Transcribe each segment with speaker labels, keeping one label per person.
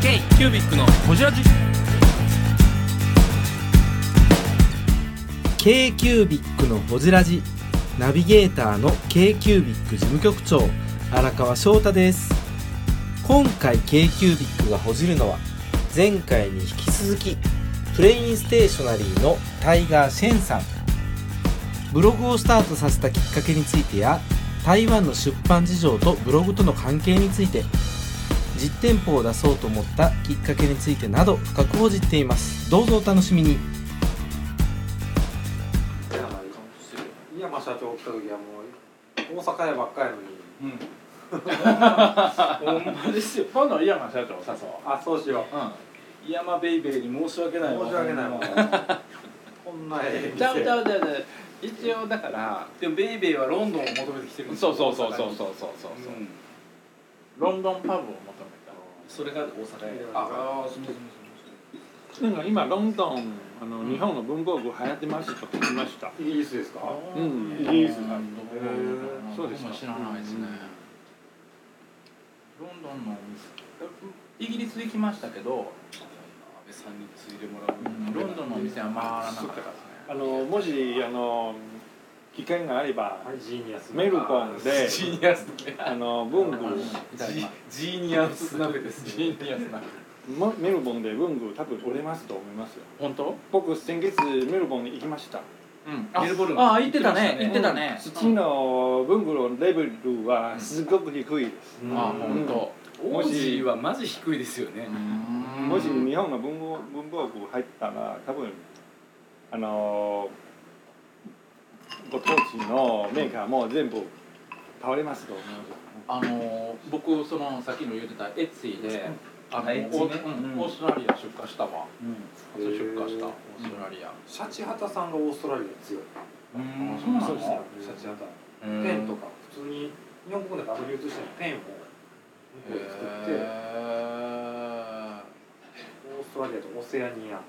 Speaker 1: キュービックのホジラジ
Speaker 2: k q u b i c のほじラジナビゲーターの k q u b i c 事務局長荒川翔太です今回 k q u b i c がほじるのは前回に引き続きプレインステーショナリーのタイガー・シェンさんブログをスタートさせたきっかけについてや台湾の出版事情とブログとの関係について実店舗を出そうと思ったきっかけについてなど深く報じっていますどうぞお楽しみに
Speaker 3: 井山社長来た時はもう大阪屋ばっかりのに
Speaker 4: うん。ほんまですよ。今度は井山社長を誘お
Speaker 3: あそうし
Speaker 4: う。
Speaker 3: よ
Speaker 4: うん。井山ベイベーに申し訳
Speaker 3: う
Speaker 4: ないわ。
Speaker 3: 申し訳ないもん
Speaker 4: ほんま
Speaker 3: こんなええ
Speaker 4: ちゃうち
Speaker 3: 店
Speaker 4: ゃうちゃうちゃう。一応だから。
Speaker 1: でもベイベーはロンドンを求めてきてるんです
Speaker 4: そ
Speaker 1: よ
Speaker 4: うそうそうそうそうそうそう
Speaker 1: 大阪にうん。
Speaker 4: ロンドンパブを求めた。
Speaker 1: それが大阪や
Speaker 3: あ
Speaker 4: あ、そうそう
Speaker 5: なんか今ロンドンあの日本の文房具流行ってますと聞きました。
Speaker 3: イギリスですか
Speaker 4: そう。
Speaker 5: うん
Speaker 4: イギリスだ。
Speaker 3: へ
Speaker 5: そうですか
Speaker 4: 僕も知らないですね。ロンドンのお店。イギリス行きましたけど。
Speaker 1: 安倍さんに継いでもらう
Speaker 4: ロンドンのお店は回らなかったですね。
Speaker 5: あのもしあの機会があれば
Speaker 3: あれジーニアス
Speaker 5: メルボンで
Speaker 1: ジーニアス鍋
Speaker 5: あの文具
Speaker 4: いただきます
Speaker 1: ジーニアス鍋ですね
Speaker 4: ジーニアスな
Speaker 5: もメルボンで文具多分売れますと思いますよ。
Speaker 4: 本当？
Speaker 5: 僕先月メルボンに行きました。
Speaker 4: うん。
Speaker 1: メルボルン
Speaker 4: ああ、言ってたね。
Speaker 1: 言
Speaker 4: 言
Speaker 1: っ
Speaker 4: ってて
Speaker 1: た
Speaker 4: た
Speaker 1: ね
Speaker 4: ね。
Speaker 5: 土の文具のレベルはすごく低いです。
Speaker 3: う
Speaker 4: うんん。あ、本当。
Speaker 1: オージーはマジ低いですよね
Speaker 5: もし日本の文房文房具入ったら多分あのーご当地のメーカーも全部倒れますと思いますよ
Speaker 4: あのー僕そのさっきの言ってたエッツィで、あの
Speaker 1: あエッツ
Speaker 4: オ
Speaker 1: ィね
Speaker 4: ーうん
Speaker 1: うん
Speaker 4: オーストラリア出荷したわ。初出荷した
Speaker 3: へー
Speaker 4: オーストラリア。
Speaker 3: シャチハタさんがオーストラリア強い
Speaker 4: うん
Speaker 1: あ
Speaker 4: そうなんだ
Speaker 5: そうですね
Speaker 3: シャチハタ
Speaker 4: うん
Speaker 3: ペンとか普通に日本国内から流通してるペンを向こうで作って
Speaker 4: へー
Speaker 3: オーストラリアとオセアニア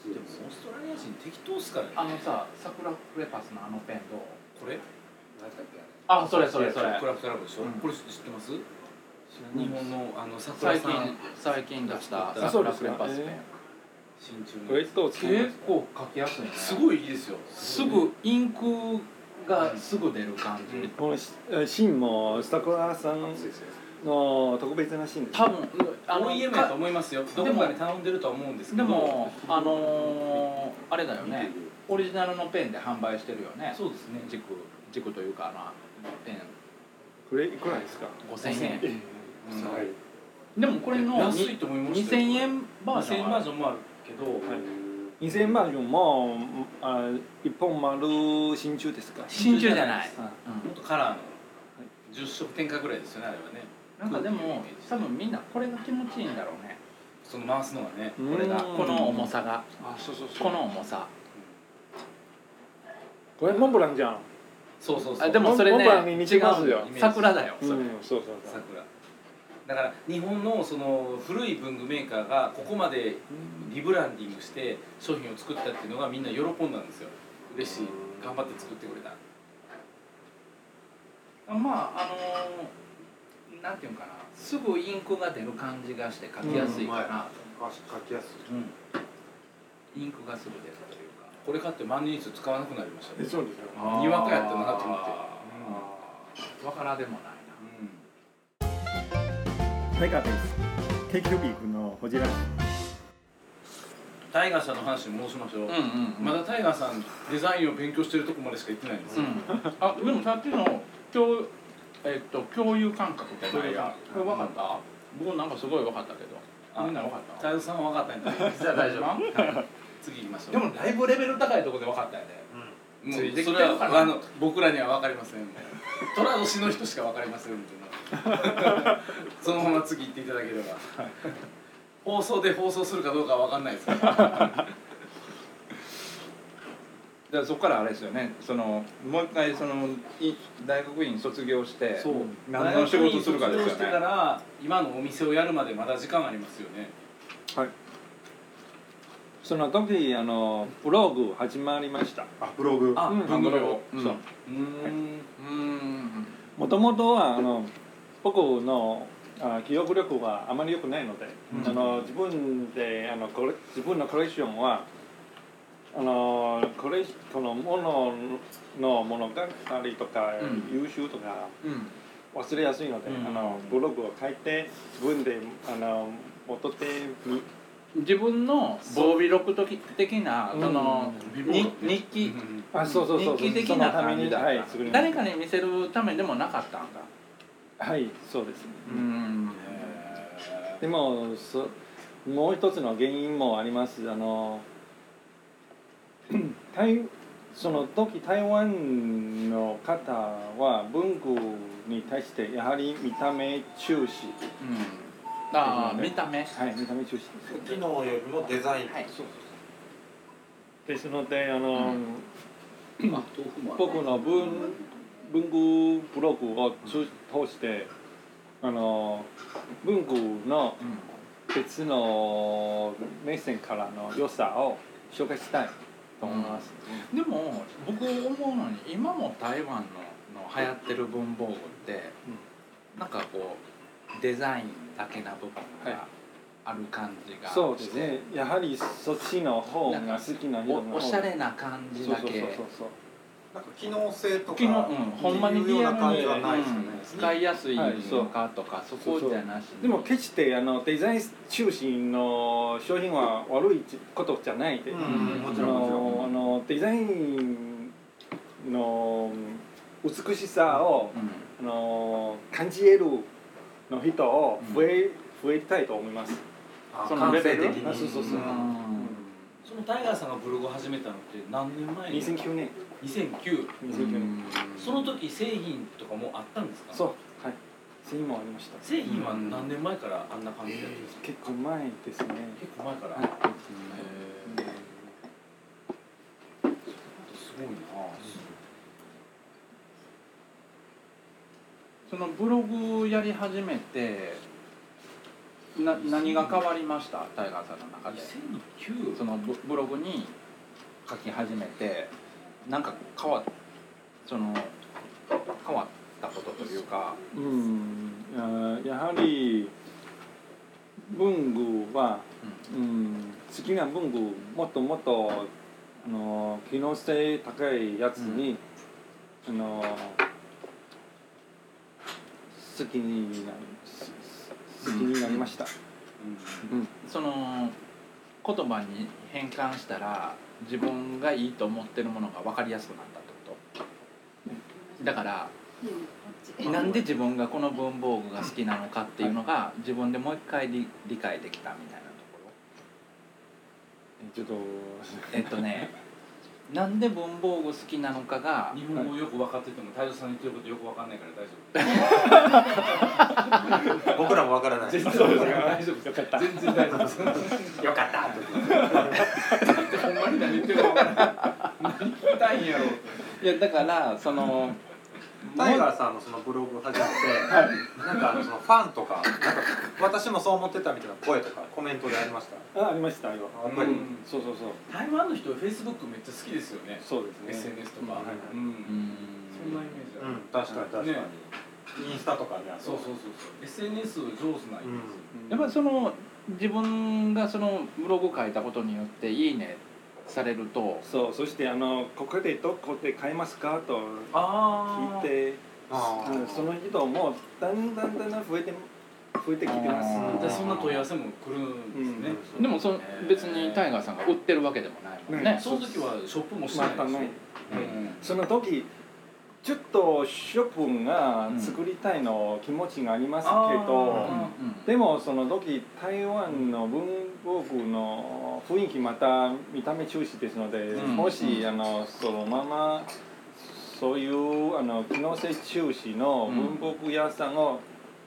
Speaker 3: 強い
Speaker 1: でも
Speaker 3: です
Speaker 1: オーストラリア人適当っすからね
Speaker 4: あのさ、サクラクレパスのあのペンどう？
Speaker 1: これ
Speaker 3: 何だっけあれ
Speaker 4: あ、それそれそれ。
Speaker 1: クラフトラブでしょ
Speaker 4: うん
Speaker 1: これ知ってます
Speaker 5: ない
Speaker 1: 日本のあの桜
Speaker 4: 最
Speaker 1: さん
Speaker 4: 近最近出した
Speaker 1: あ
Speaker 4: サク
Speaker 5: そうで
Speaker 4: ラ
Speaker 5: す
Speaker 4: ク
Speaker 5: か
Speaker 4: レパスペン。
Speaker 1: 新中
Speaker 5: これどう使いま
Speaker 4: 結
Speaker 5: す
Speaker 4: 構書きやすいね。
Speaker 1: すごいいいですよ
Speaker 4: すぐインクがすぐ出る感じ、
Speaker 1: うん
Speaker 5: このし芯もスタコラさん
Speaker 3: 熱いですよ
Speaker 5: の特別な芯です
Speaker 4: 多分あの
Speaker 1: OEM やと
Speaker 4: か
Speaker 1: 思いますよどこかに頼んでるとは思うんですけ
Speaker 4: で
Speaker 1: ど
Speaker 4: もあのーあれだよねオリジナルのペンで販売してるよね
Speaker 1: そうですね
Speaker 4: 軸軸というかなペン
Speaker 5: これいくらですか
Speaker 4: 5000円、うん
Speaker 3: はい
Speaker 4: でもこれの
Speaker 1: 安い
Speaker 4: に
Speaker 1: と思いました
Speaker 4: 2000
Speaker 1: よ
Speaker 4: 円バージョン
Speaker 1: 2000
Speaker 4: あ
Speaker 1: バー
Speaker 4: る
Speaker 1: ジョンもあるけど
Speaker 5: 2000万円もあ一本丸真鍮ですか
Speaker 4: 真鍮じゃない、
Speaker 5: あ
Speaker 4: うん
Speaker 1: もっとカラーの10色展開ぐらいですよねあれはね
Speaker 4: なんかでも多分みんなこれが気持ちいいんだろうね
Speaker 1: その回すのがね
Speaker 4: これが
Speaker 5: うん
Speaker 4: この重さが
Speaker 5: あそうそうそ
Speaker 4: こ
Speaker 5: う
Speaker 4: の重さ
Speaker 5: これモンブランじゃん
Speaker 1: そうそうそう
Speaker 4: あでもそれね
Speaker 5: モンブランに似てますよ
Speaker 4: 違うの桜だよ
Speaker 5: うん
Speaker 4: それ
Speaker 5: そうそうそう
Speaker 1: 桜だから日本のその古い文具メーカーがここまでリブランディングして商品を作ったっていうのがみんな喜んだんですよ嬉しい頑張って作ってくれた
Speaker 4: まああのーなんていうのかなすぐインクが出る感じがして書きやすいかなと、
Speaker 3: 書きやすい
Speaker 4: インクがすぐ出るというか
Speaker 1: これ買って万年筆使わなくなりました
Speaker 5: え
Speaker 1: ね
Speaker 5: そうですよ
Speaker 1: あーにわかやったなと思って
Speaker 4: てわからでもないな
Speaker 5: タイガーです。定期ビークのホジラ。
Speaker 1: タイガーさんの話に戻しましょう、
Speaker 4: うんうん、
Speaker 1: まだタイガーさんデザインを勉強してるとこまでしか行ってないんです
Speaker 4: う
Speaker 1: よ、
Speaker 4: ん、あでもさっきの共,、えっと共有感覚ってないやこれ分かった、僕なんかすごい分かったけど
Speaker 1: あ
Speaker 4: みんな分かった
Speaker 1: タイガーさんは分かったんだ
Speaker 4: じゃあ大丈夫
Speaker 1: 次行きましょう
Speaker 4: でもだいぶレベル高いところで分かったよね
Speaker 1: もう
Speaker 4: ついてき
Speaker 1: そ
Speaker 4: てる
Speaker 1: れ
Speaker 4: かな
Speaker 1: はあの僕らには分かりません虎年の人しか分かりませんみたい なそのまま次行っていただければ、放送で放送するかどうかは分かんないですけど
Speaker 4: だからそこからあれですよねそのもう一回そのい大学院卒業して何の仕事するかですよね
Speaker 1: 大学院卒業してから今のお店をやるまでまだ時間ありますよね
Speaker 5: その時あのブログ始まりました。
Speaker 3: あブログ
Speaker 1: あ、
Speaker 5: うん
Speaker 1: 文具料
Speaker 5: うんそう
Speaker 1: うーん
Speaker 4: うーん
Speaker 5: もともとはあの僕のあ記憶力はあまり良くないので、
Speaker 4: うん
Speaker 5: あの自分であのコレ自分のコレクションはあのこれこのもののものがありとか、
Speaker 1: う
Speaker 5: 優秀とか
Speaker 4: うん
Speaker 5: 忘れやすいので、
Speaker 1: うん
Speaker 5: あのブログを書いて自分であの戻ってみ
Speaker 4: 自分の防備録的な
Speaker 5: うん
Speaker 4: その日日
Speaker 1: う
Speaker 4: 記
Speaker 1: ん
Speaker 5: あそうそうそう
Speaker 4: 日記的な
Speaker 5: そのた
Speaker 4: 感
Speaker 5: め
Speaker 4: じ
Speaker 5: に
Speaker 4: だ
Speaker 5: はい作りました
Speaker 4: 誰かに見せるためでもなかったんだ
Speaker 5: はいそうです、
Speaker 4: うん
Speaker 5: でもそもう一つの原因もありますあの 台その時台湾の方は文具に対してやはり見た目重視
Speaker 4: うんああ見た目
Speaker 5: はい見た目重視です
Speaker 3: 機能よりもデザイン
Speaker 4: はい
Speaker 5: ですのであの、
Speaker 4: う
Speaker 5: 僕の文文具ブログを通通してあの文具の
Speaker 4: うん
Speaker 5: 別の目線からの良さを紹介したいと思います、
Speaker 4: でも僕思うのに今も台湾のの流行ってる文房具って、なんかこうデザインだけな部分
Speaker 5: は
Speaker 4: がある感じがして、
Speaker 5: そうですねやはりそっちの方が好きな人が多い
Speaker 4: おおしゃれな感じだけ
Speaker 5: そうそうそうそう
Speaker 3: なんか機能性とか
Speaker 4: 機能うんほんまに
Speaker 3: いうよう
Speaker 4: リア
Speaker 3: な
Speaker 4: ル
Speaker 3: 感
Speaker 4: に
Speaker 3: じはないですよね
Speaker 4: うん、使いやすい
Speaker 5: はいそう
Speaker 4: のかとか、そこじゃなしに
Speaker 5: でも決してあのデザイン中心の商品は悪いことじゃないで、
Speaker 3: う
Speaker 5: あ
Speaker 3: んもちろんもちろん
Speaker 5: のあのデザインの美しさを、
Speaker 4: うん
Speaker 5: あの感じ得るの人を増え、増えたいと思います
Speaker 3: あ
Speaker 4: そのレベル
Speaker 3: 感性的に
Speaker 5: あそうそうそう
Speaker 4: うん
Speaker 1: そのタイガーさんがブログを始めたのって何年前に
Speaker 5: 2009年
Speaker 1: 2009
Speaker 5: 2009年、
Speaker 1: その時製品とかもあったんですか
Speaker 5: そうはい製品もありました
Speaker 1: 製品は何年前からあんな感じだったんですか、
Speaker 5: 結構前ですね
Speaker 1: 結構前から、
Speaker 5: はい
Speaker 1: へーすごいな
Speaker 4: そのブログやり始めてな何が変わりましたタイガーさんの中で
Speaker 1: 2009
Speaker 4: そのブブログに書き始めてなんか変わっその変わったことというか、
Speaker 5: うんあやはり文具は、うん、好きな文具もっともっとあの機能性高いやつに、あの好きになりす好きになりました、うん
Speaker 4: その言葉に変換したら自分がいいと思ってるものが分かりやすくなったってことだからなんで自分がこの文房具が好きなのかっていうのが自分でもう一回理理解できたみたいなところ
Speaker 5: ちょっと
Speaker 4: えっとねなんで文房具好きなのかが
Speaker 1: 日本語よく分かってても太蔵さんの言ってることよく分かんないから大丈夫
Speaker 3: 僕らもわからない
Speaker 1: 全然大丈夫よかった全然大丈夫です
Speaker 3: よかった
Speaker 1: ほんまに何言ってるか分からない何聞きたいんやろ
Speaker 4: いやだからその
Speaker 3: タイガーさんのそのブログを始めて、なんかあのそのファンとかなんか私もそう思ってたみたいな声とかコメントでありました
Speaker 5: あありましたよ
Speaker 3: やっぱり
Speaker 1: うん
Speaker 5: そうそうそう
Speaker 1: 台湾の人フェイスブックめっちゃ好きですよね
Speaker 5: そうですね
Speaker 1: SNS とか、
Speaker 5: はいはい
Speaker 1: うんそんなイメージあ
Speaker 3: う
Speaker 1: る、
Speaker 3: ん確かに確かに、
Speaker 1: ね
Speaker 3: インスタとかね
Speaker 1: そうそうそうそう SNS 上手な
Speaker 3: う
Speaker 1: 人
Speaker 3: ん
Speaker 4: やっぱりその自分がそのブログ書いたことによって「いいね」されると
Speaker 5: そうそしてあのここでどこで買えますかと聞
Speaker 1: あ
Speaker 5: い
Speaker 1: ー
Speaker 5: て
Speaker 3: あ
Speaker 5: うんその人もだんだんだんだん増えて増えてきてます
Speaker 4: あ
Speaker 1: じゃあそんな問い合わせも来るんですね、
Speaker 4: でもその別にタイガーさんが売ってるわけでもないもんね
Speaker 5: ね。
Speaker 1: その時はショップもしてないで
Speaker 5: また
Speaker 1: しょ
Speaker 5: ね
Speaker 1: うん
Speaker 5: その時ちょっとショップが作りたいの気持ちがありますけ
Speaker 1: うん
Speaker 5: ど、
Speaker 1: あ
Speaker 5: でもその時台湾の文房具の雰囲気また見た目中止ですので、
Speaker 1: うん
Speaker 5: もしあのそのままそういうあの機能性中止の文房具屋さんを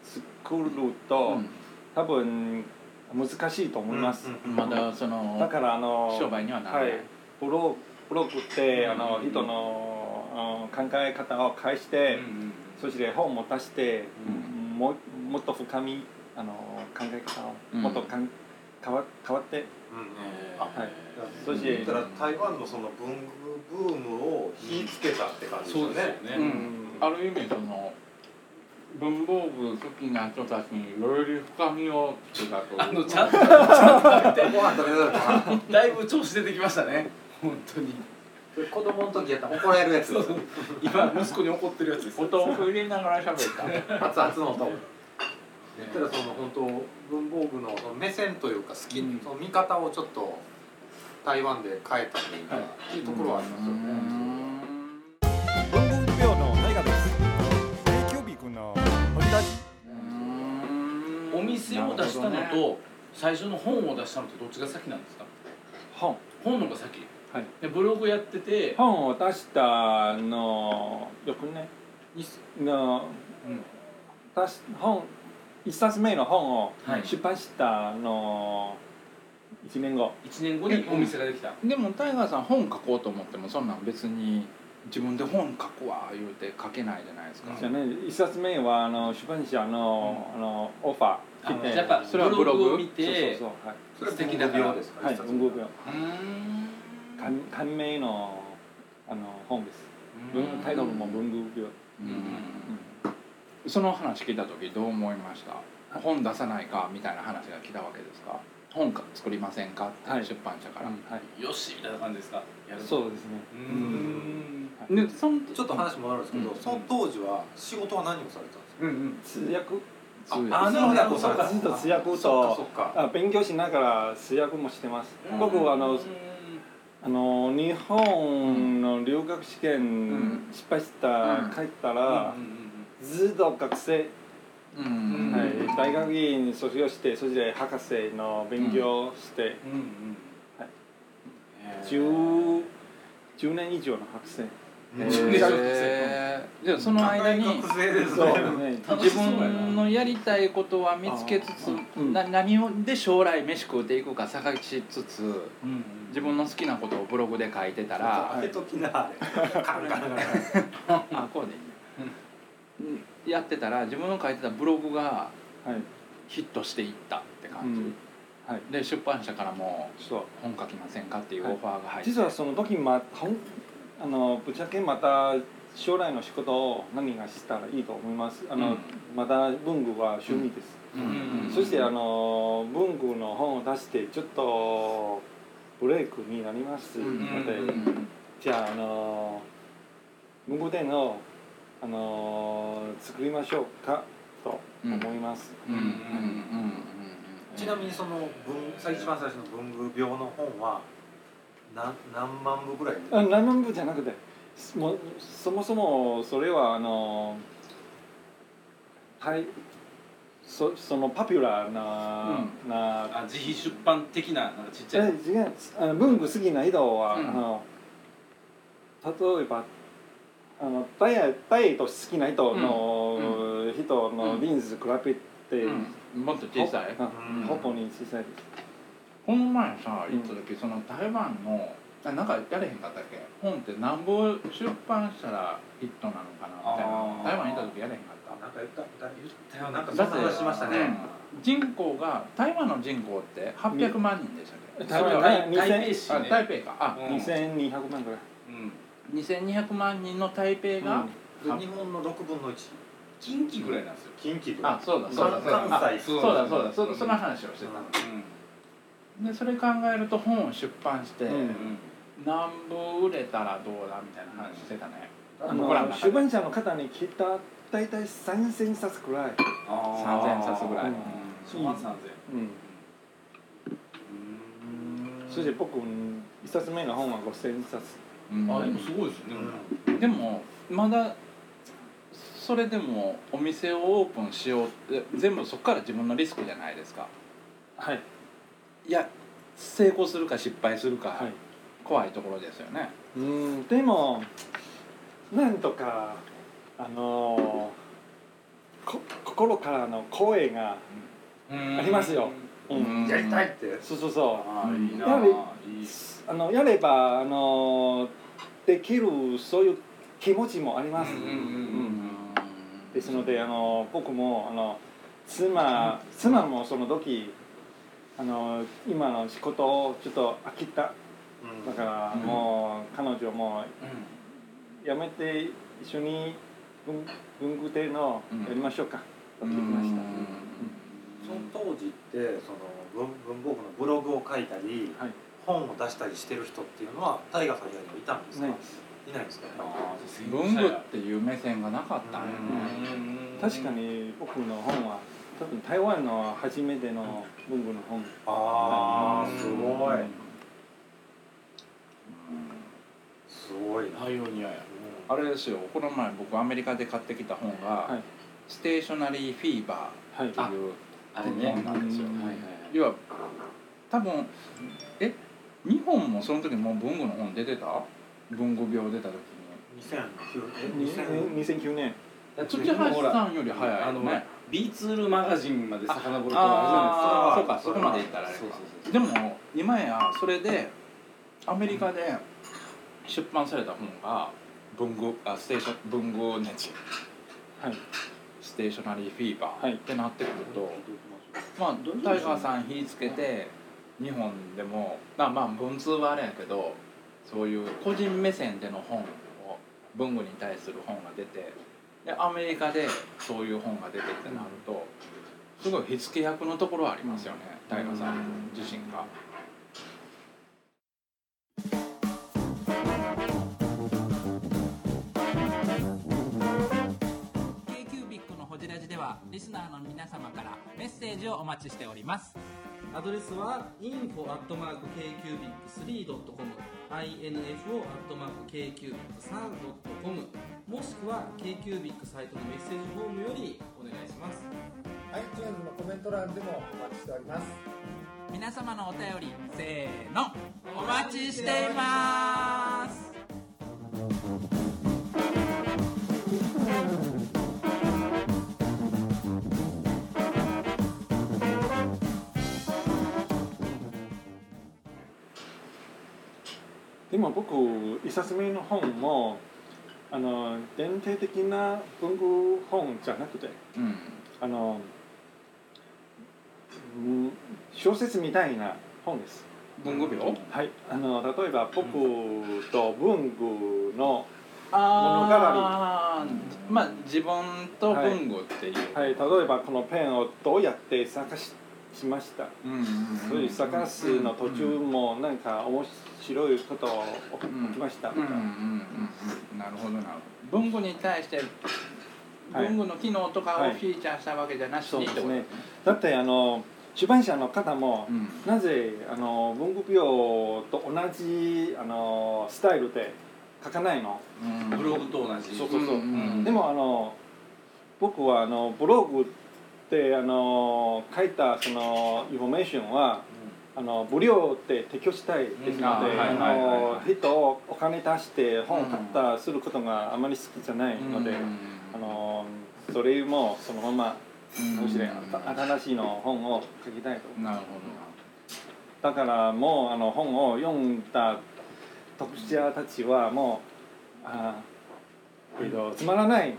Speaker 5: 作ると、多分難しいと思います、
Speaker 4: うんまだその
Speaker 5: だからあの
Speaker 4: 商売にはなら
Speaker 5: は
Speaker 4: ない
Speaker 5: い、ブロブログってあの
Speaker 1: うん
Speaker 5: 人のあの考え方を返して、そして本も出して、ももっと深みあの考え方を
Speaker 4: うん
Speaker 5: もっとかん、変わ変わって
Speaker 1: えー
Speaker 5: あはい
Speaker 1: そ
Speaker 5: そして
Speaker 3: だから台湾のその文具ブームを火つけたって感じです
Speaker 1: そ
Speaker 3: よ
Speaker 1: うです
Speaker 3: ね。
Speaker 1: よね、
Speaker 4: うんある意味その文房具好きな人たちにより深みをつけたという
Speaker 1: あのちゃんとちゃんと食べ
Speaker 3: ご飯食べなさいとか
Speaker 1: てだいぶ調子出てきましたね本当に
Speaker 3: 子供の時やったら怒られるやつ
Speaker 1: そうそう今息子に怒ってるやつです
Speaker 4: 音を振りながら喋った
Speaker 3: 熱々の音ただその本当文房具のその目線というか好き、
Speaker 4: うん
Speaker 3: その見方をちょっと台湾で変えたというか、っていうところはありますよね。
Speaker 5: 文房具病の大河です。定休日の掘り出し。
Speaker 1: お店を出したの
Speaker 4: なるほどね
Speaker 1: と最初の本を出したのってどっちが先なんですか
Speaker 5: 本。
Speaker 1: 本の方が先
Speaker 5: はい
Speaker 1: でブログやってて
Speaker 5: 本を出したのよくね。の、
Speaker 1: うん
Speaker 5: 出し本一冊目の本を
Speaker 1: はい
Speaker 5: 出版したの一年後。
Speaker 1: 1年後にお店ができた
Speaker 4: でもタイガーさん本書こうと思ってもそんなん別に自分で本書くわ言うて書けないじゃないですか、
Speaker 5: じゃあね一冊目はあの出版社の、あのオファー
Speaker 1: あ
Speaker 5: 来て。
Speaker 1: やっぱ
Speaker 4: そ
Speaker 1: ブ
Speaker 4: れはブ
Speaker 1: ロ
Speaker 4: ログ
Speaker 1: グを見て
Speaker 5: そうそうそうはい。
Speaker 3: それ
Speaker 1: 素敵だから
Speaker 3: 文具病ですか、
Speaker 5: はい、
Speaker 3: 一冊
Speaker 5: 文具病。
Speaker 1: うーん
Speaker 5: 感感銘のあの本です。
Speaker 1: う
Speaker 5: 文
Speaker 1: ん
Speaker 5: タイトルも文具病。
Speaker 4: うんその話聞いた時どう思いました本出さないかみたいな話が来たわけですか本か作りませんかって、
Speaker 5: はい
Speaker 4: 出版社から、
Speaker 5: はい。
Speaker 1: よしみたいな感じですかやるう
Speaker 5: そうですね。
Speaker 1: うーん
Speaker 4: でその
Speaker 3: ちょっと話戻るんですけど、
Speaker 4: うん
Speaker 3: その当時は仕事は何をされてたんですか。
Speaker 1: うんうん
Speaker 5: 通訳
Speaker 4: 通訳
Speaker 1: あなるほどそうか
Speaker 5: ずっと通訳
Speaker 3: そっかそ
Speaker 5: と
Speaker 3: っか。
Speaker 5: あ勉強しながら通訳もしてます。
Speaker 1: うん
Speaker 5: 僕はあ
Speaker 1: う
Speaker 5: の
Speaker 1: ん
Speaker 5: あの日本の留学試験
Speaker 4: ん
Speaker 5: 失敗した、
Speaker 4: うん
Speaker 5: 帰った
Speaker 1: うん
Speaker 5: ら、ずっと学生、
Speaker 4: うん、
Speaker 1: うん
Speaker 5: はい、大学院卒業してそして博士の勉強して、
Speaker 1: うんうんうん
Speaker 5: はい
Speaker 1: 十
Speaker 5: 10 10年以上の博士。
Speaker 3: うん
Speaker 1: 自分で
Speaker 3: え
Speaker 1: やる
Speaker 4: えーじゃあその間に
Speaker 3: 学生です
Speaker 5: そう
Speaker 3: ね。
Speaker 5: ね。
Speaker 1: 楽し
Speaker 4: 自
Speaker 1: そうやな
Speaker 4: 分のやりたいことは見つけつつ、
Speaker 5: うん
Speaker 4: な何をで将来飯食うていくか探しつつ
Speaker 1: うんうん
Speaker 4: 自分の好きなことをブログで書いてたら
Speaker 3: 開けときなあれ。カンカンカンカン
Speaker 4: あこうでいいねやってたら自分の書いてたブログが
Speaker 5: はい。
Speaker 4: ヒットしていったって
Speaker 5: う
Speaker 4: 感じ、
Speaker 5: ん。はい。
Speaker 4: で出版社からも
Speaker 5: そう。
Speaker 4: 本書きませんかっていうオファーが入って、
Speaker 5: 実はその時まほんあのぶっちゃけまた将来の仕事を何がしたらいいと思いますあ
Speaker 4: う
Speaker 5: の、
Speaker 4: ん
Speaker 5: また文具は趣味です、
Speaker 1: うん
Speaker 5: そしてあの文具の本を出してちょっとブレイクになります
Speaker 4: うん
Speaker 5: ので、
Speaker 1: うん
Speaker 4: うん
Speaker 5: じゃああの文具店をあの作りましょうかと思います、
Speaker 4: うんうんうんうん
Speaker 3: ちなみにその文最一番最初の文具病の本は何何万部ぐらい
Speaker 5: あラン部じゃなくてもうそもそもそれはあのはいそそのパピュラーな、な
Speaker 1: あ自費出版的ななんかちっち
Speaker 5: え
Speaker 1: ゃい
Speaker 5: 違うあの文具好きな人は、
Speaker 4: うん
Speaker 5: あの例えばあのダイエダイエット好きな人の、人のリンズ比べて、
Speaker 4: うんもっと小さい
Speaker 5: ほ
Speaker 3: うん
Speaker 5: ほぼに小さいです
Speaker 4: この前さ
Speaker 5: うん
Speaker 4: 行った時その台湾のあなんかやれへんかったっけ本ってなんぼ出版したらヒットなのかなみたい
Speaker 1: あー
Speaker 4: な台湾行った時やれへんか
Speaker 3: あ
Speaker 4: っ
Speaker 3: なんか言った言ったよな
Speaker 1: よなんん
Speaker 3: か
Speaker 1: か
Speaker 3: そ
Speaker 1: そ
Speaker 3: ん
Speaker 1: ん
Speaker 3: な話
Speaker 1: な話
Speaker 3: し
Speaker 1: し
Speaker 3: ま
Speaker 1: ま
Speaker 3: し
Speaker 1: したた
Speaker 3: ね
Speaker 1: ね、
Speaker 4: た人口が台湾の人口って800万人でしたっけ
Speaker 5: 台湾
Speaker 1: 台
Speaker 5: 台
Speaker 1: 台北市
Speaker 4: あ
Speaker 1: ね
Speaker 4: 台北かあ
Speaker 1: うん
Speaker 5: 2200万ぐらい、
Speaker 1: うん
Speaker 4: 2200万人の台北
Speaker 5: う
Speaker 4: が
Speaker 5: ん
Speaker 3: で日本の六分の一
Speaker 1: 近畿ぐらいなんですよ
Speaker 3: 近畿
Speaker 4: あそうだそうだそうだ
Speaker 3: 関
Speaker 4: あ
Speaker 3: 西
Speaker 4: そうだそうだそその話をして
Speaker 3: う
Speaker 4: たでそれ考えると本を出版して
Speaker 5: うん
Speaker 1: うん
Speaker 4: 何部売れたらどうだみたいな話してたね
Speaker 5: あ
Speaker 4: ほら
Speaker 5: の出版社の方に聞いた大体3000冊くらい、
Speaker 1: あー
Speaker 4: 3000冊ぐらい
Speaker 5: うん
Speaker 1: 初版3000
Speaker 5: うん、
Speaker 3: ん
Speaker 5: そして僕うん一冊目の本は5000冊
Speaker 4: うん
Speaker 1: あでもすごいですよね
Speaker 4: でもまだそれでもお店をオープンしようって全部そこから自分のリスクじゃないですか
Speaker 5: はい
Speaker 4: いや成功するか失敗するか
Speaker 5: はい
Speaker 4: 怖いところですよね、
Speaker 5: うんでもなんとかあのーこ心からの声が、
Speaker 1: うん
Speaker 5: ありますようん
Speaker 4: うん
Speaker 3: やりたいって
Speaker 5: そうそうそ
Speaker 1: あーいいな
Speaker 5: やはり
Speaker 1: いうい
Speaker 5: すあのやれば、あのーできるそういう気持ちもあります、
Speaker 1: うんうんうん
Speaker 4: うん
Speaker 5: ですのであの僕もあの妻妻もその時あの今の仕事をちょっと飽きただから
Speaker 4: うん
Speaker 5: もう彼女も
Speaker 1: う
Speaker 5: 辞めて一緒に文文具店の
Speaker 4: うん
Speaker 5: やりましょうか、
Speaker 4: うん
Speaker 5: やってきました、
Speaker 3: その当時ってその文文房具のブログを書いたり、
Speaker 5: はい
Speaker 3: 本を出したりしてる人っていうのはタイガーさん以外にはいたんですか、
Speaker 5: ない
Speaker 3: い、ないんですか
Speaker 4: 文具っていう目線がなかったね、
Speaker 5: 確かに僕の本は多分台湾の初めての文具の本
Speaker 3: あ
Speaker 1: うん
Speaker 3: ーすごい
Speaker 4: うん
Speaker 3: すごいな、
Speaker 1: パイオニアや
Speaker 4: あれですよこの前僕アメリカで買ってきた本が、
Speaker 5: はい
Speaker 4: ステーショナリーフィーバ
Speaker 5: はい
Speaker 4: ーっていう
Speaker 1: あれね
Speaker 4: 本なんですよ、
Speaker 5: うん
Speaker 1: はいはい
Speaker 4: 要は多分え日本もその時もう文具の本出てた文具病出た時に
Speaker 3: 2009え
Speaker 5: に
Speaker 3: 2000
Speaker 5: 2009年
Speaker 1: はい
Speaker 4: 土橋さんより早い
Speaker 1: あ
Speaker 4: よ
Speaker 1: の
Speaker 4: ね
Speaker 1: ビーツールマガジンまで遡ると
Speaker 4: あ
Speaker 1: あ
Speaker 4: あ
Speaker 1: れ
Speaker 4: ーそう
Speaker 1: じゃ
Speaker 4: かそこま
Speaker 1: ないですか
Speaker 4: でいったらあれか
Speaker 1: そうそうそう
Speaker 4: でも今やそれでアメリカで出版された本が文具あステーション文具ネチ
Speaker 5: はい
Speaker 4: ステーショナリーフィーバ
Speaker 5: は
Speaker 4: ー
Speaker 5: い
Speaker 4: ってなってくると、まあタイガーさん火つけて日本でもまあまあ文通はあれやけどそういう個人目線での本を文具に対する本が出てでアメリカでそういう本が出てってなるとすごい火付け役のところはありますよねタイガーさん自身が。
Speaker 6: k q b i c のホジラジではリスナーの皆様からメッセージをお待ちしております
Speaker 2: アドレスは info.kcubic3.com info.kcubic3.com もしくは KQBIC サイトのメッセージフォームよりお願いします
Speaker 7: iTunes のコメント欄でもお待ちしております
Speaker 6: 皆様のお便りせーのお待ちしています
Speaker 5: でも僕一冊目の本もあの伝統的な文具本じゃなくて
Speaker 4: うん
Speaker 5: あのうん小説みたいな本です
Speaker 4: 文具病
Speaker 5: はいあの例えば僕と文具の、
Speaker 4: あーまあ自分と文具っていう、
Speaker 5: はい、例えばこのペンをどうやって探ししました
Speaker 4: うんうんうん
Speaker 5: そういう探すの途中もなんか面白いことを起きました
Speaker 4: うん
Speaker 5: み
Speaker 4: うん
Speaker 5: たいな
Speaker 4: うんなるほどなるほど文具に対して
Speaker 5: はい
Speaker 4: 文具の機能とかを
Speaker 5: はい
Speaker 4: フィーチャーしたわけじゃなし
Speaker 5: そう
Speaker 4: に
Speaker 5: で
Speaker 4: って
Speaker 5: す
Speaker 4: こと
Speaker 5: ねだってあの出版社の方も、
Speaker 4: うん
Speaker 5: なぜあの文具病と同じあのスタイルで書かないの、
Speaker 4: うん
Speaker 1: ブログと同じ
Speaker 5: そうそうそうんでもあの僕はあのブログであの書いたそのインフォメーションはあの無料で提供したいですので、
Speaker 1: うん
Speaker 5: あ
Speaker 4: あーはいはいはい
Speaker 5: の
Speaker 4: はい
Speaker 5: 人をお金出して本を買ったすることがあまり好きじゃないので、
Speaker 4: うん
Speaker 5: あのそれもそのまま
Speaker 4: うん
Speaker 5: むしろ
Speaker 4: なる
Speaker 5: 新しいの本を書きたいと
Speaker 4: ほどなる
Speaker 5: だからもうあの本を読んだ読者たちはもうあー、えっとつまらない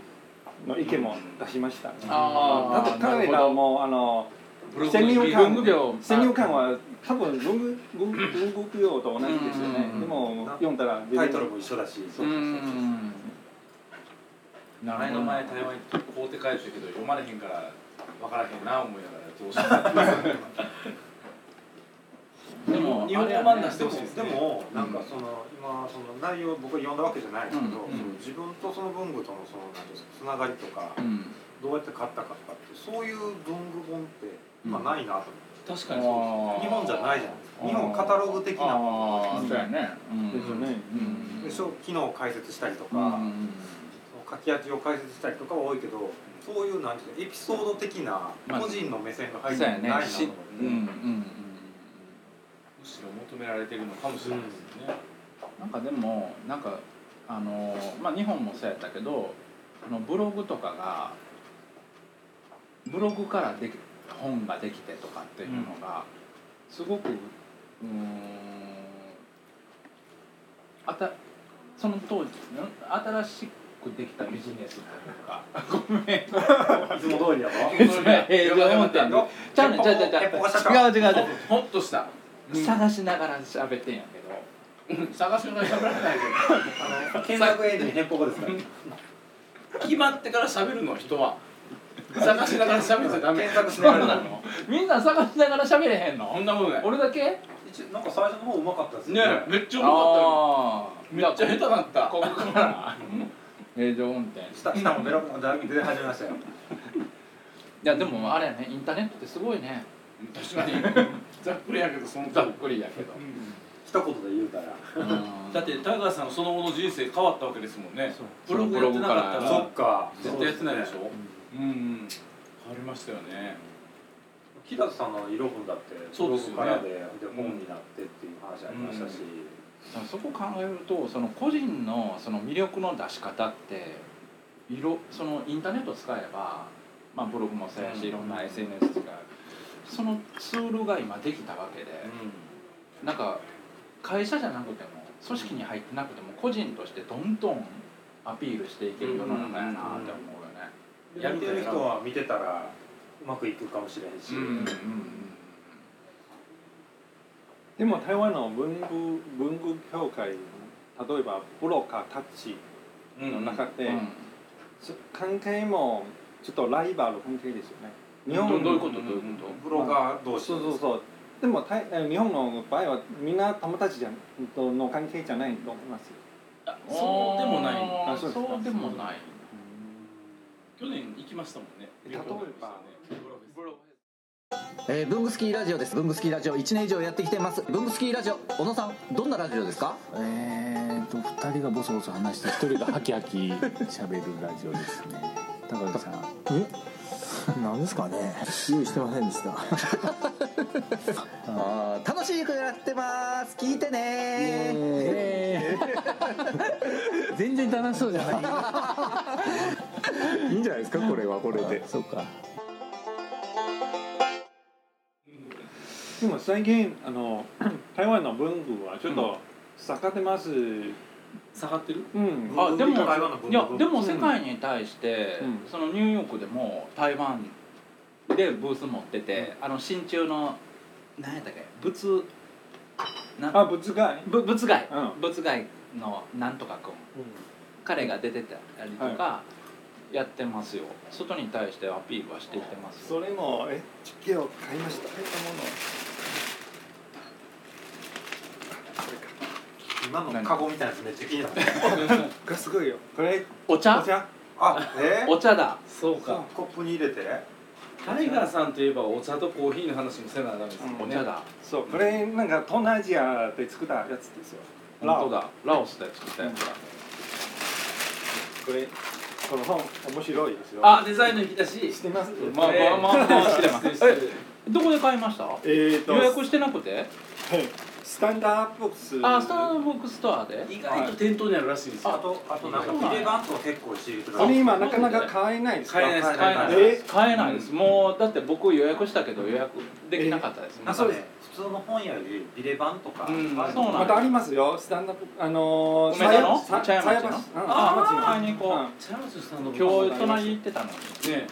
Speaker 5: の意見も出しました、
Speaker 4: ほどあ
Speaker 5: だっ
Speaker 4: ー
Speaker 5: て彼
Speaker 4: なる
Speaker 5: ら
Speaker 4: ほど
Speaker 5: もあの
Speaker 1: ブログ
Speaker 5: 先入観
Speaker 4: 文具病
Speaker 5: 先入観は多分文具文具文具用と同じですよね
Speaker 4: うん
Speaker 5: でも読んだら
Speaker 3: タイトルも一緒だし
Speaker 4: う
Speaker 3: そ
Speaker 4: ん
Speaker 3: う
Speaker 4: うんうんなる
Speaker 1: 前
Speaker 4: ほ
Speaker 1: の
Speaker 4: ど
Speaker 1: 前台湾行って買うて帰ったけど読まれへんから分からへんな思いながらどう しようか
Speaker 4: でも
Speaker 1: 日本語
Speaker 4: あれやね
Speaker 1: 版出してほしいです
Speaker 3: で
Speaker 1: ね
Speaker 3: もなんかその今その内容を僕は読んだわけじゃないですけど、
Speaker 4: うん
Speaker 3: その自分とその文具とのそのなんていうんですかつながりとか、
Speaker 4: うん
Speaker 3: どうやって買ったかとかってそういう文具本ってま
Speaker 4: うん
Speaker 3: あないなと思って、
Speaker 1: 確かにそう
Speaker 4: あー
Speaker 3: 日本じゃないじゃないです
Speaker 4: あ
Speaker 3: か
Speaker 4: ー
Speaker 3: 日本カタログ的な
Speaker 4: あ
Speaker 3: も
Speaker 4: ーそうやねうん
Speaker 5: ですよね、
Speaker 4: うん
Speaker 3: でしょ機能を解説したりとか、
Speaker 4: うん
Speaker 3: その書き味を解説したりとかは多いけどそういうなんていうかエピソード的な
Speaker 4: まあ
Speaker 3: 個人の目線が
Speaker 4: そう
Speaker 3: 入ってな
Speaker 4: や
Speaker 3: いなと思
Speaker 4: ね
Speaker 3: って、
Speaker 4: しうんうんうん
Speaker 1: むしろ求められてるのかもしれないですね、
Speaker 4: なんかでもなんかあのまあ日本もそうやったけどあのブログとかがブログからでき本ができてとかっていうのがすごくうーんあたその当時ん新しくできたビジネスというかごめん
Speaker 3: いつも通りやろ
Speaker 4: えー思ったんだ ちゃうねんちゃうねんちゃうねん
Speaker 3: えポカシャカ
Speaker 4: 違う違う違う
Speaker 1: ほっとした
Speaker 4: 探しながら喋ってんやけど
Speaker 1: 探しながら喋らないけど
Speaker 3: あの検索エンジン変更ですから
Speaker 1: 決まってから喋るの人は探しながら喋っちゃダメ
Speaker 3: 検索しなが ら
Speaker 1: そうなの
Speaker 4: みんな探しながら喋れへん
Speaker 1: そ
Speaker 4: の
Speaker 1: んなことない
Speaker 4: 俺だけ
Speaker 3: 一なんか最初の方うまかったです
Speaker 1: ねえめっちゃうまかったよ
Speaker 4: ああ
Speaker 1: めっちゃ下手だった
Speaker 4: ここから平常運転い
Speaker 3: 下下もベロもだいぶ出始めましたよ
Speaker 4: やでもあれやねインターネットってすごいね
Speaker 1: 確かにざっくりやけどその
Speaker 4: ざっくりやけど
Speaker 3: 一言で言うから
Speaker 1: だって田川さんその後の人生変わったわけですもんね
Speaker 4: そ
Speaker 1: ブ
Speaker 4: う
Speaker 1: ログやってなかった
Speaker 4: あ
Speaker 1: ら
Speaker 4: ー
Speaker 3: そっか
Speaker 1: 絶対やってないでし
Speaker 3: そうすね
Speaker 1: ょうんうん変わりましたよね
Speaker 3: 木立さんの色分だって
Speaker 1: そうですよね
Speaker 3: ブログからでで本になってっていう話ありましたし、
Speaker 4: だからそこ考えるとその個人のその魅力の出し方って色そのインターネットを使えば、まあ、ブログもそうやし、いろんな SNS 使うそのツールが今できたわけで、なんか会社じゃなくても組織に入ってなくても個人としてどんどんアピールしていける世の中やなって思うよね。
Speaker 1: うん
Speaker 3: やってる人は見てたらうまくいくかもしれんし、
Speaker 1: うん
Speaker 5: でも台湾の文具文具協会例えばブロカーたち
Speaker 1: うん
Speaker 5: の中で、
Speaker 4: うん
Speaker 5: そ関係もちょっとライバル関係ですよね日本
Speaker 1: どどういうことどういうこ
Speaker 3: ブロガー同士
Speaker 5: そうそうそうでも台え日本の場合はみんな友達じゃんとの関係じゃないと思いますよ
Speaker 1: とあそうでもない
Speaker 4: あ
Speaker 5: あそうですか
Speaker 4: そうでもない
Speaker 1: 去年行きましたもんね
Speaker 5: 例えば
Speaker 1: ブログフェス
Speaker 8: えー、ブングスキーラジオですブングスキーラジオ1年以上やってきてますブングスキーラジオ小野さんどんなラジオですか
Speaker 9: えーと2人がボソボソ話して1人がハキハキ喋るラジオですね高橋さんえなんですかね用意してませんで した
Speaker 8: あー楽しい曲やってます聞いてね
Speaker 9: 全然楽しそうじゃ ないいいんじゃないですかこれはこれでそうか
Speaker 5: でも最近あ の台湾の文具はちょっと下がってます、うん
Speaker 1: 下がってる
Speaker 4: あでも
Speaker 3: 台湾の文
Speaker 4: い
Speaker 3: 化
Speaker 4: やでも世界に対して、
Speaker 5: うん
Speaker 4: そのニューヨークでも台湾でブース持ってて、あの真鍮の何やったっけ仏な
Speaker 5: あ仏害
Speaker 4: ぶ仏外、
Speaker 5: うん
Speaker 4: 仏外のなんとか君、彼が出てたりとかやってますよ、外に対してアピールはしていってますよ
Speaker 5: それもえチケを買いました
Speaker 3: 今のカゴみたいなやつめっちゃ気になって
Speaker 5: がすごいよこれ
Speaker 4: お茶
Speaker 5: お茶
Speaker 3: あえ
Speaker 4: お茶だ
Speaker 1: そうか
Speaker 3: コップに入れて
Speaker 1: タイガーさんといえばお茶とコーヒーの話もせなあかんですも
Speaker 4: お
Speaker 1: んね
Speaker 4: 茶だ
Speaker 5: そうこれなんか東南アジアで作ったやつですよ
Speaker 4: 本当だラオスで作ったやつだ、
Speaker 5: これこの本面白いですよ
Speaker 1: あデザインの引き出し
Speaker 5: 知ってます
Speaker 4: まあ
Speaker 1: えー
Speaker 4: まあまあまあ知ってます
Speaker 1: 失礼してる
Speaker 4: どこで買いました
Speaker 5: えーと
Speaker 4: 予約してなくて
Speaker 5: はいスタンダードボックス
Speaker 4: あスターバックストアで
Speaker 1: 意外と店頭にあるらしいんです
Speaker 3: あ
Speaker 1: よ
Speaker 3: とあとなんかヒレバンとか結構仕入れてた
Speaker 5: これ今なかなか買えないですか
Speaker 1: 買えないです買えない
Speaker 5: え
Speaker 4: 買えないです、もうだって僕予約したけど予約できなかったです、
Speaker 3: なんかね普通の本屋よりビレ版とか、
Speaker 1: うん
Speaker 3: あれ
Speaker 4: そうなん
Speaker 5: またありますよスタンダードあのー
Speaker 4: 梅田の
Speaker 5: さ
Speaker 4: 茶屋町の
Speaker 5: さやばしうん
Speaker 4: あー
Speaker 5: 茶屋町の
Speaker 4: 買いに行こう
Speaker 5: うん
Speaker 1: チャンスさんの
Speaker 4: 今日隣行ってたのに
Speaker 1: ね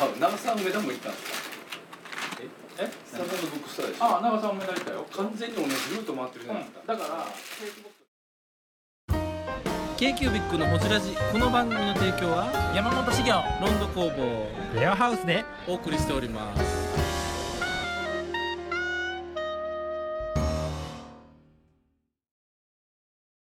Speaker 1: あ長さん梅田も行ったんですかええスタンダードブックスターでしょ
Speaker 4: あ長さんおめでとうよ、
Speaker 1: 完全に同じルート回ってるじゃないですか、
Speaker 4: だから
Speaker 2: k q b i c のほじラジこの番組の提供は山本資源ロンド工房
Speaker 7: レアハウスで
Speaker 2: お送りしております